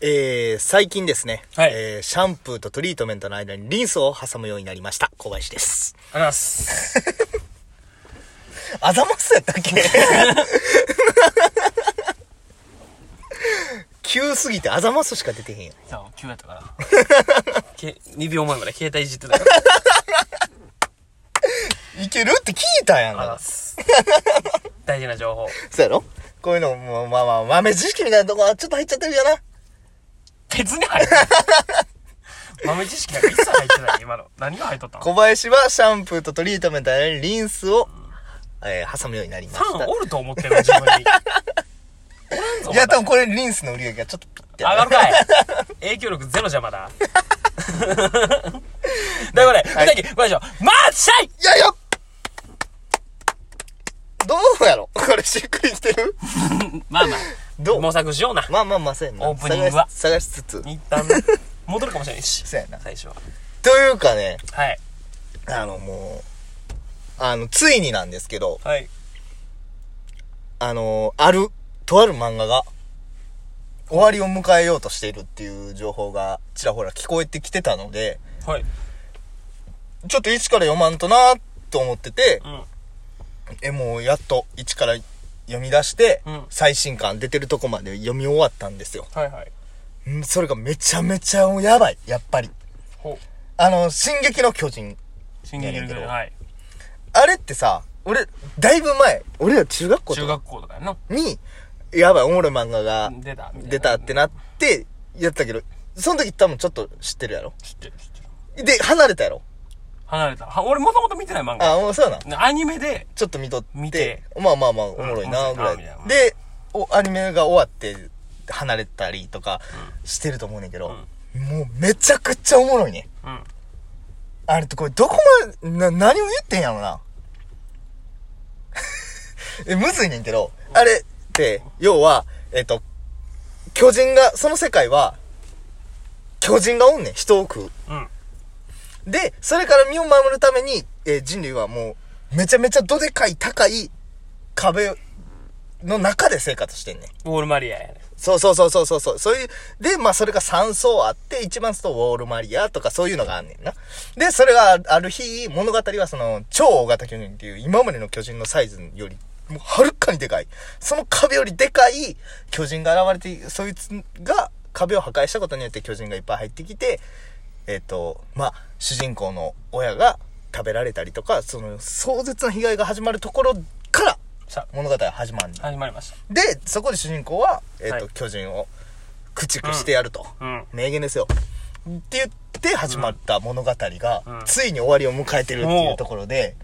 えー、最近ですね、はいえーシャンプーとトリートメントの間にリンスを挟むようになりました。小林です。ありがとうございます。 あざますやったっけ 急すぎてあざますしか出てへんよ。そう、急やったから。 け2秒前まで携帯いじってたから。いけるって聞いたやんあらか。す。大事な情報。そうやろこういうのも、まあまあ、豆知識みたいなとこはちょっと入っちゃってるやな。別に 入ってない。豆知識なんか一切入ってない、今の。何が入っとったの小林はシャンプーとトリートメントの間にリンスを、えー挟むようになりまフしァたン。おると思ってる、自分 に。いや、多分これリンスの売り上げがちょっとピッて上がる かい影響力ゼロじゃま だ。だから、ふざけ、これでしょ。マーチャイいやいやどうやろこれしっくりきてるまあまどあ、う模索しような。まあまあまあ、そうやな。オープニングは探し探しつつ。一旦、戻るかもしれない し。そうやな。最初は。というかね、はい。あのもう、あの、ついになんですけど、はい。あの、ある、とある漫画が、終わりを迎えようとしているっていう情報がちらほら聞こえてきてたので、はい。ちょっと一から読まんとなと思ってて、うん。え、もうやっと一から読み出して、うん最新刊出てるとこまで読み終わったんですよ。はいはい。んそれがめちゃめちゃやばい、やっぱり。ほう。あの、進撃の巨人。進撃の巨人はい。あれってさ、俺、だいぶ前、俺ら中学校中とか学校とかやな。に、やばい、おもろい漫画が出たみいな出たってなって、やったけど、その時多分ちょっと知ってるやろ。知ってる知ってる。で、離れたやろ。離れた。は俺もともと見てない漫画。あ、もうそうやな。アニメで、ちょっと見とって、見てまあまあまあ、おもろいな、うんぐらい面白いなみたいなで、おアニメが終わって、離れたりとかしてると思うねんけど、もうめちゃくちゃおもろいね。うん。あれってこれどこまで、な、何を言ってんやろな。 え、むずいねんけど、あれって、要は、えっ、と、巨人が、その世界は、巨人がおんねん、人を食う。うん。で、それから身を守るために、えー人類はもう、めちゃめちゃどでかい高い壁の中で生活してんねん。ウォールマリアやね。そうそうそうそうそうそう。そういう、で、まあそれが3層あって、一番外ウォールマリアとかそういうのがあんねんな。で、それがある日、物語はその、超大型巨人っていう、今までの巨人のサイズより、もうはるかにでかい。その壁よりでかい巨人が現れて、そいつが壁を破壊したことによって巨人がいっぱい入ってきて、えっ、と、まあ、主人公の親が食べられたりとか、その壮絶な被害が始まるところから、さ物語が始まるんねんあ、始まりましで、そこで主人公は、えっ、と、はい巨人を駆逐してやると。た。うん。名言ですよ。って言って始まった物語が、うんついに終わりを迎えてるっていうところで、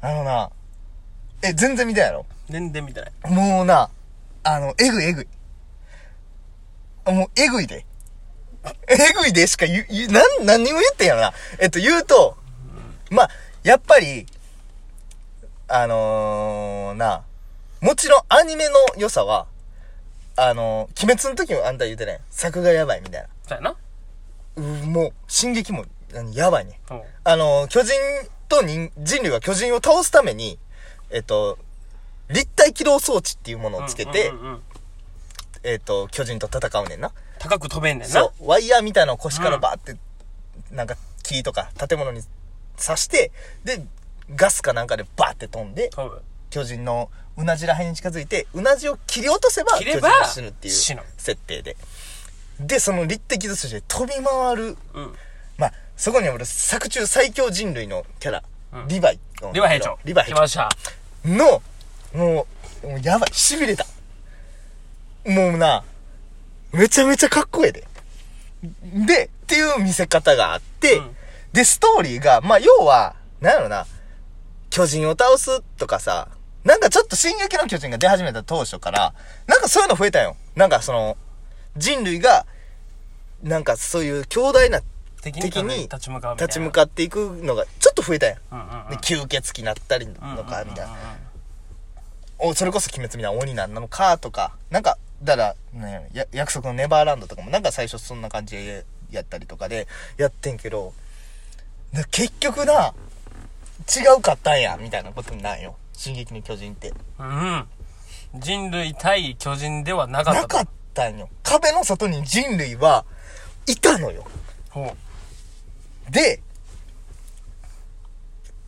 あのな、え、全然見たやろ全然見てない。もうな、あの、えぐいえぐい。もう、えぐいで。えぐいでしか言う、言うなん、何にも言ってんやろな。えっと、言うと、まあ、やっぱり、あのー、な、もちろんアニメの良さは、あのー、鬼滅の時もあんた言うてね、作画やばいみたいな。そうやな。うもう、進撃も、何やばいね。うん。あの、巨人と人人類は巨人を倒すために、えっと、立体機動装置っていうものをつけて、うんうんうんうんえっと、巨人と戦うねんな。高く飛べんねんな。そう。ワイヤーみたいなのを腰からうんバーって、なんか木とか建物に刺して、で、ガスかなんかでバーって飛んで、飛ぶ。巨人のうなじらへんに近づいて、うなじを切り落とせば、巨切れ人ばが死ぬっていう死ぬ設定で。で、その立体機動装置で飛び回るうん。まあ、そこに俺、作中最強人類のキャラ、うんリヴァイの。リヴァ兵長。リヴァ兵来ました。長の、もう、もうやばい、痺れた。もうな、めちゃめちゃかっこええで。で、っていう見せ方があって、うんで、ストーリーが、まあ、要は、なんやろな、巨人を倒すとかさ、なんかちょっと進撃の巨人が出始めた当初から、なんかそういうの増えたんよ。なんかその、人類が、なんかそういう強大な敵敵に立ち向かうみたいな。立ち向かっていくのがちょっと増えたやん。うんうんうん。で吸血鬼なったりのうんうんうんうんかみたいな。おそれこそ鬼滅みたいな鬼なんなのかとかなんかだから、ね、や約束のネバーランドとかもなんか最初そんな感じでやったりとかでやってんけどな結局な違うかったんやみたいなことなんよ「進撃の巨人」ってうん。人類対巨人ではなかったなと。かったんよ壁の外に人類はいたのよ。ほう。で、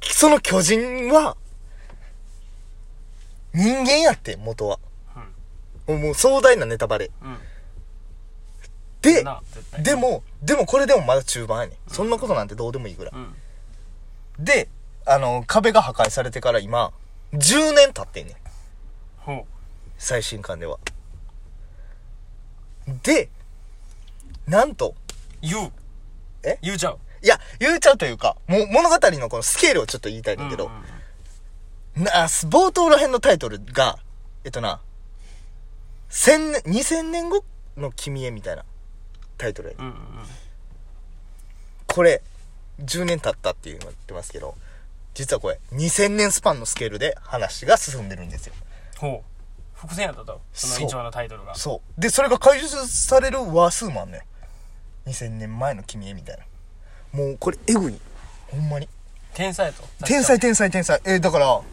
その巨人は、人間やって、元は。もう壮大なネタバレ。うん。うでん。、な、絶対。で。も、でもこれでもまだ中盤やねん。そんなことなんてどうでもいいぐらい。うん。で、あの、壁が破壊されてから今、10年経ってんねん。ほう。最新刊では。で、なんと、言う。え言うちゃう。いや、言うちゃうというか、もう物語のこのスケールをちょっと言いたいんだけど、うんうんうんな、冒頭ら辺のタイトルが、えっとな、千年、2000年後の君へみたいなタイトルやねんうんうんこれ、10年経ったっていうの言ってますけど、実はこれ、2000年スパンのスケールで話が進んでるんですよ。ほう伏線やったとその一話のタイトルがそう。で、それが解説される話数もあんのよ。2000年前の君へみたいな。もう、これ、エグい。ほんまに。天才やと天才天才天才。えーだから、も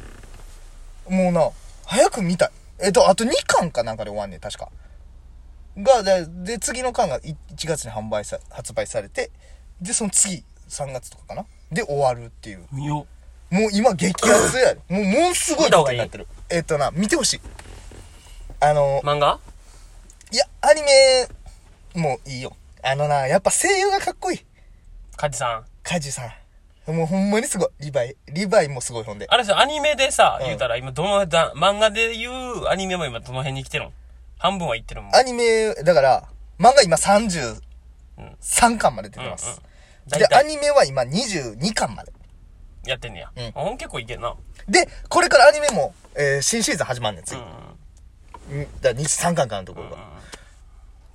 うな、早く見たい。えっ、と、あと2巻かなんかで終わんねん、確か。が、で、で次の巻がい1月に販売さ、発売されて、で、その次、3月とかかなで、終わるっていう。よもう今激アツやで。もう、ものすごいことになってる。えっ、とな、見てほしい。あの、漫画いや、アニメもいいよ。あのな、やっぱ声優がかっこいい。カジさんカジさん。もうほんまにすごい。リヴァイ。リヴァイもすごいほんで。あれですよアニメでさ、うん言うたら今どのだ漫画で言うアニメも今どの辺に来てるの半分は行ってるもんアニメ、だから、漫画今33巻まで出てまうんす。大で、ア体ニメは今22巻まで。やってんねや、うんほん結構いけんなで、これからアニメも、えー新シーズン始まんねん、うん次。ううんだから23巻かのところうんが。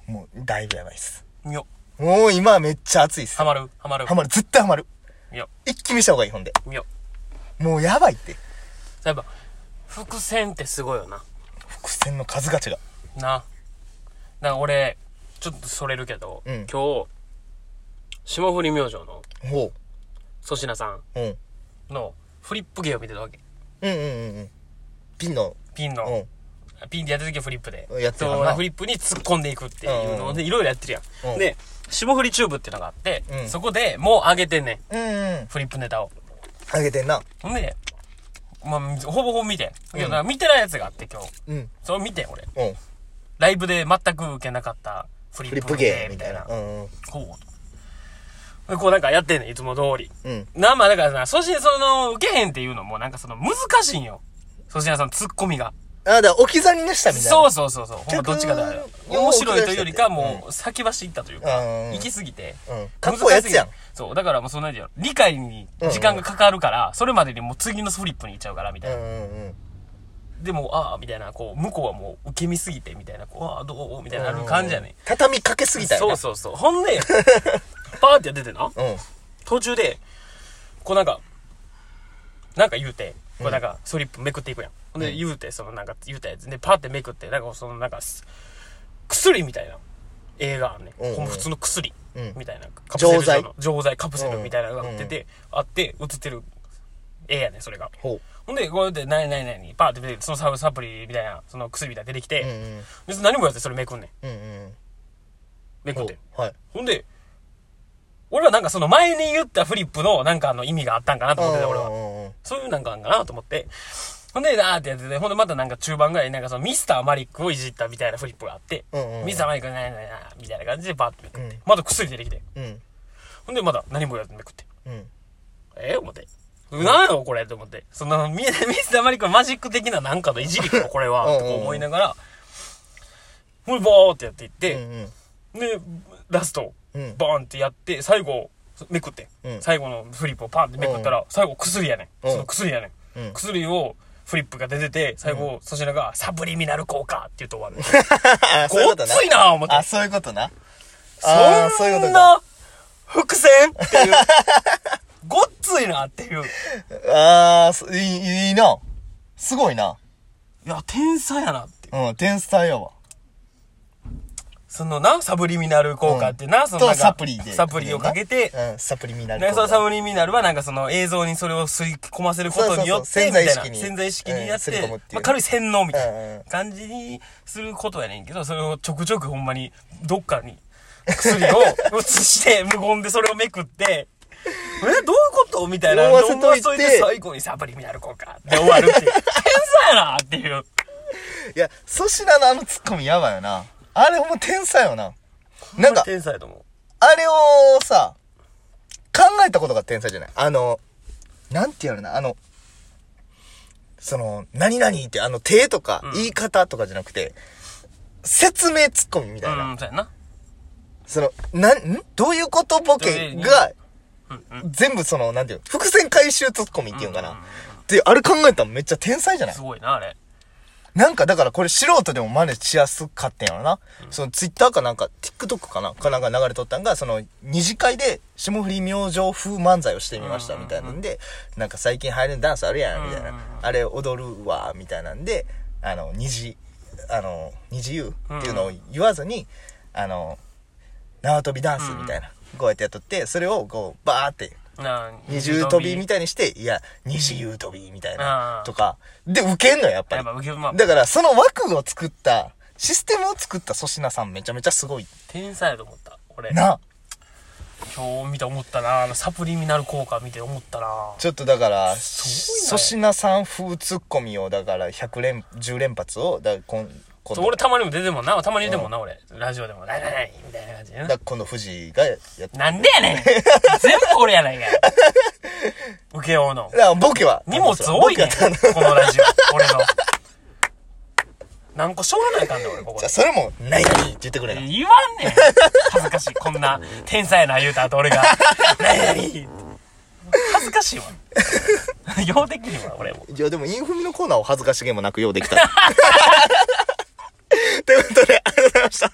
もう、だいぶやばいっす。うんよもう今めっちゃ熱いっす。ハマるハマるハマる。絶対ハマる。よ一気見した方がいい、ほんで。よもうやばいって。やっぱ伏線ってすごいよな伏線の数が違う。なだから俺ちょっとそれるけど、うん今日霜降り明星のほ粗品さう。うん。んのフリップ芸を見てたわけうんうんうんうん。ピンの、ピンうの、ん。ピンでやった時はフリップで。やってるからなそうフリップに突っ込んでいくっていうので、いろいろやってるやん。うんで、霜降りチューブっていうのがあって、うんそこでもう上げてんねん。うんうん。フリップネタを。あげてんな。ほんで、まあ、ほぼほぼ見てん。けど、だから見てないやつがあって今日。うん。それ見てん、俺。うん。ライブで全く受けなかったフリフリッッププ芸ゲーみみたたいいなな。。うんうん。こう。でこうなんかやってんねん、いつも通り。うん。な、まあだからな、そしてその、受けへんっていうのもなんかその、難しいんよ。粗品さん、ツッコミが。あ、だから置き去りにしたみたいな。そうそうそうそう。ほんま客どっちかだよ。を面白いというよりか、もう、先走ったというか、うん行き過ぎて。うん。かっこいいやつやん難し。すぎてそう、だからもうそんなんや理解に時間がかかるから、それまでにもう次のフリップに行っちゃうから、みたういんな。うんうん。でも、ああ、みたいな、こう、向こうはもう受け身すぎて、みたいな、こう、ああ、どうみたいななる感じやね。畳みかけすぎたよそな。うそうそう。ほんで、パーってやっててな。う。うん。途中で、こうなんか、なんか言うて、こうなんか、スリップめくっていくやん。ほんで、言うて、そのなんか言うたやつ。で、パーってめくって、なんかそのなんかす、薬みたいな映画あんね、うんうんほんま普通の薬うんみたいな。カプセル錠剤状の錠剤、カプセルみたいなのが売ってて、あって、映ってる絵やねそれが。ほほんで、こうやって、なになになに、パーって出て、そのサブサプリみたいな、その薬みたいなの出てきて、う。うんうん。別に何もやってそれめくんねん。うんうん。めくほって。う。はい。ほんで、俺はなんかその前に言ったフリップのなんかあの意味があったんかなと思ってた、俺は。は。そういうなんかあんかなと思って。ほんで、なーってやってて、ほんでまたなんか中盤ぐらいになんかそのミスターマリックをいじったみたいなフリップがあって、うんうんミスターマリックなになになにみたいな感じでバーってめくって、うんまた薬出てきて、うん。ほんでまた何もやってめくって、うん。えー、思って。なんやろこれと思って。その ミ、ミスターマリックのマジック的ななんかのいじりか、これは、うんとか思いながら、ほい、ボーってやっていっうて、んで、ラスト、うん。バーンってやって、最後、めくって、うん最後のフリップをパンってめくったら、最後薬やねん。うんその薬やねん。うん薬を、フリップが出てて、最後、粗品が、サプリミナル効果って言うと終わ る。あ、そういうごことっなつ。いなぁ、思ってあ、。そういうことな。あーそういうこそとかんな、伏線っていう。ごっついなっていう。いあーそ、いい、いいな。すごいな。や、天才やなっていう。うん、天才やわ。そのな、サブリミナル効果ってな、そのとなんかサプリで。サプリをかけて、うん、サプリミナルね、効そ果。のサブリミナルはなんかその映像にそれを吸い込ませることによっそうそうそうて、潜在意識にみたいな潜在意識にやって、うん刷り込むっていうまあ、軽い洗脳みたいうんうなん感じにすることやねんけど、それをちょくちょくほんまに、どっかに薬を移して、無言でそれをめくって、 え、どういうことみたいな。思わせといて思わせて最後にサブリミナル効果で終わるって いう。天才やなっていう。いや、粗品のあのツッコミやばいよな。あれもう天才よな。なんか、天才だと思う。あれをさ、考えたことが天才じゃないあの、なんてやるな、あの、その、何々って、あの、手とか、言い方とかじゃなくて、説明ツッコミみたいな。うん、そうやな。その、なん、んどういうことボケが、うん、うん。全部その、なんていうの、伏線回収ツッコミっていうのかな。で、あれ考えたらめっちゃ天才じゃないすごいな、あれ。なんかだからこれ素人でも真似しやすかったんやろな。そのツイッターかなんか、TikTok かなかなんか流れとったんが、その二次会で霜降り明星風漫才をしてみましたみたいなんで、なんか最近入るダンスあるやん、みたいうんうんな。あれ踊るわ、みたいなんで、あの、二次、あの、二次優っていうのを言わずに、あの、縄跳びダンスみたいな。こうやってやっとって、それをこう、バーってな二重跳びみたいにして、いや、二重跳びみたいあなー、とか。で、ウケんのよやっぱやりっ。ぱ、受けまあだから、その枠を作った、システムを作った粗品さんめちゃめちゃすごい。天才やと思った。俺。な。今日見て思ったなあのサプリミナル効果見て思ったなちょっとだから、すご粗い品なさん風ツッコミを、だから、100連、10連発を、だから、今今度、俺たまにも出てるもんなたまに出てるもんな俺ラジオでも「なになになに」みたいな感じでだなから今度藤井がやって。だかなんでやねん全部俺やないかい受けようのら、ボケは。荷物多いねんボケはじこのラジオ俺の何個しょうがないかんねん俺こゃこあ、でそれも、ないなにって言ってくれな。言わんねん恥ずかしいこんな天才やな言うた後俺が「なになに」って恥ずかしいわようできるわ俺もいや、でも、インフミのコーナーを恥ずかしげもなくようできた。ということで、ありがとうございました。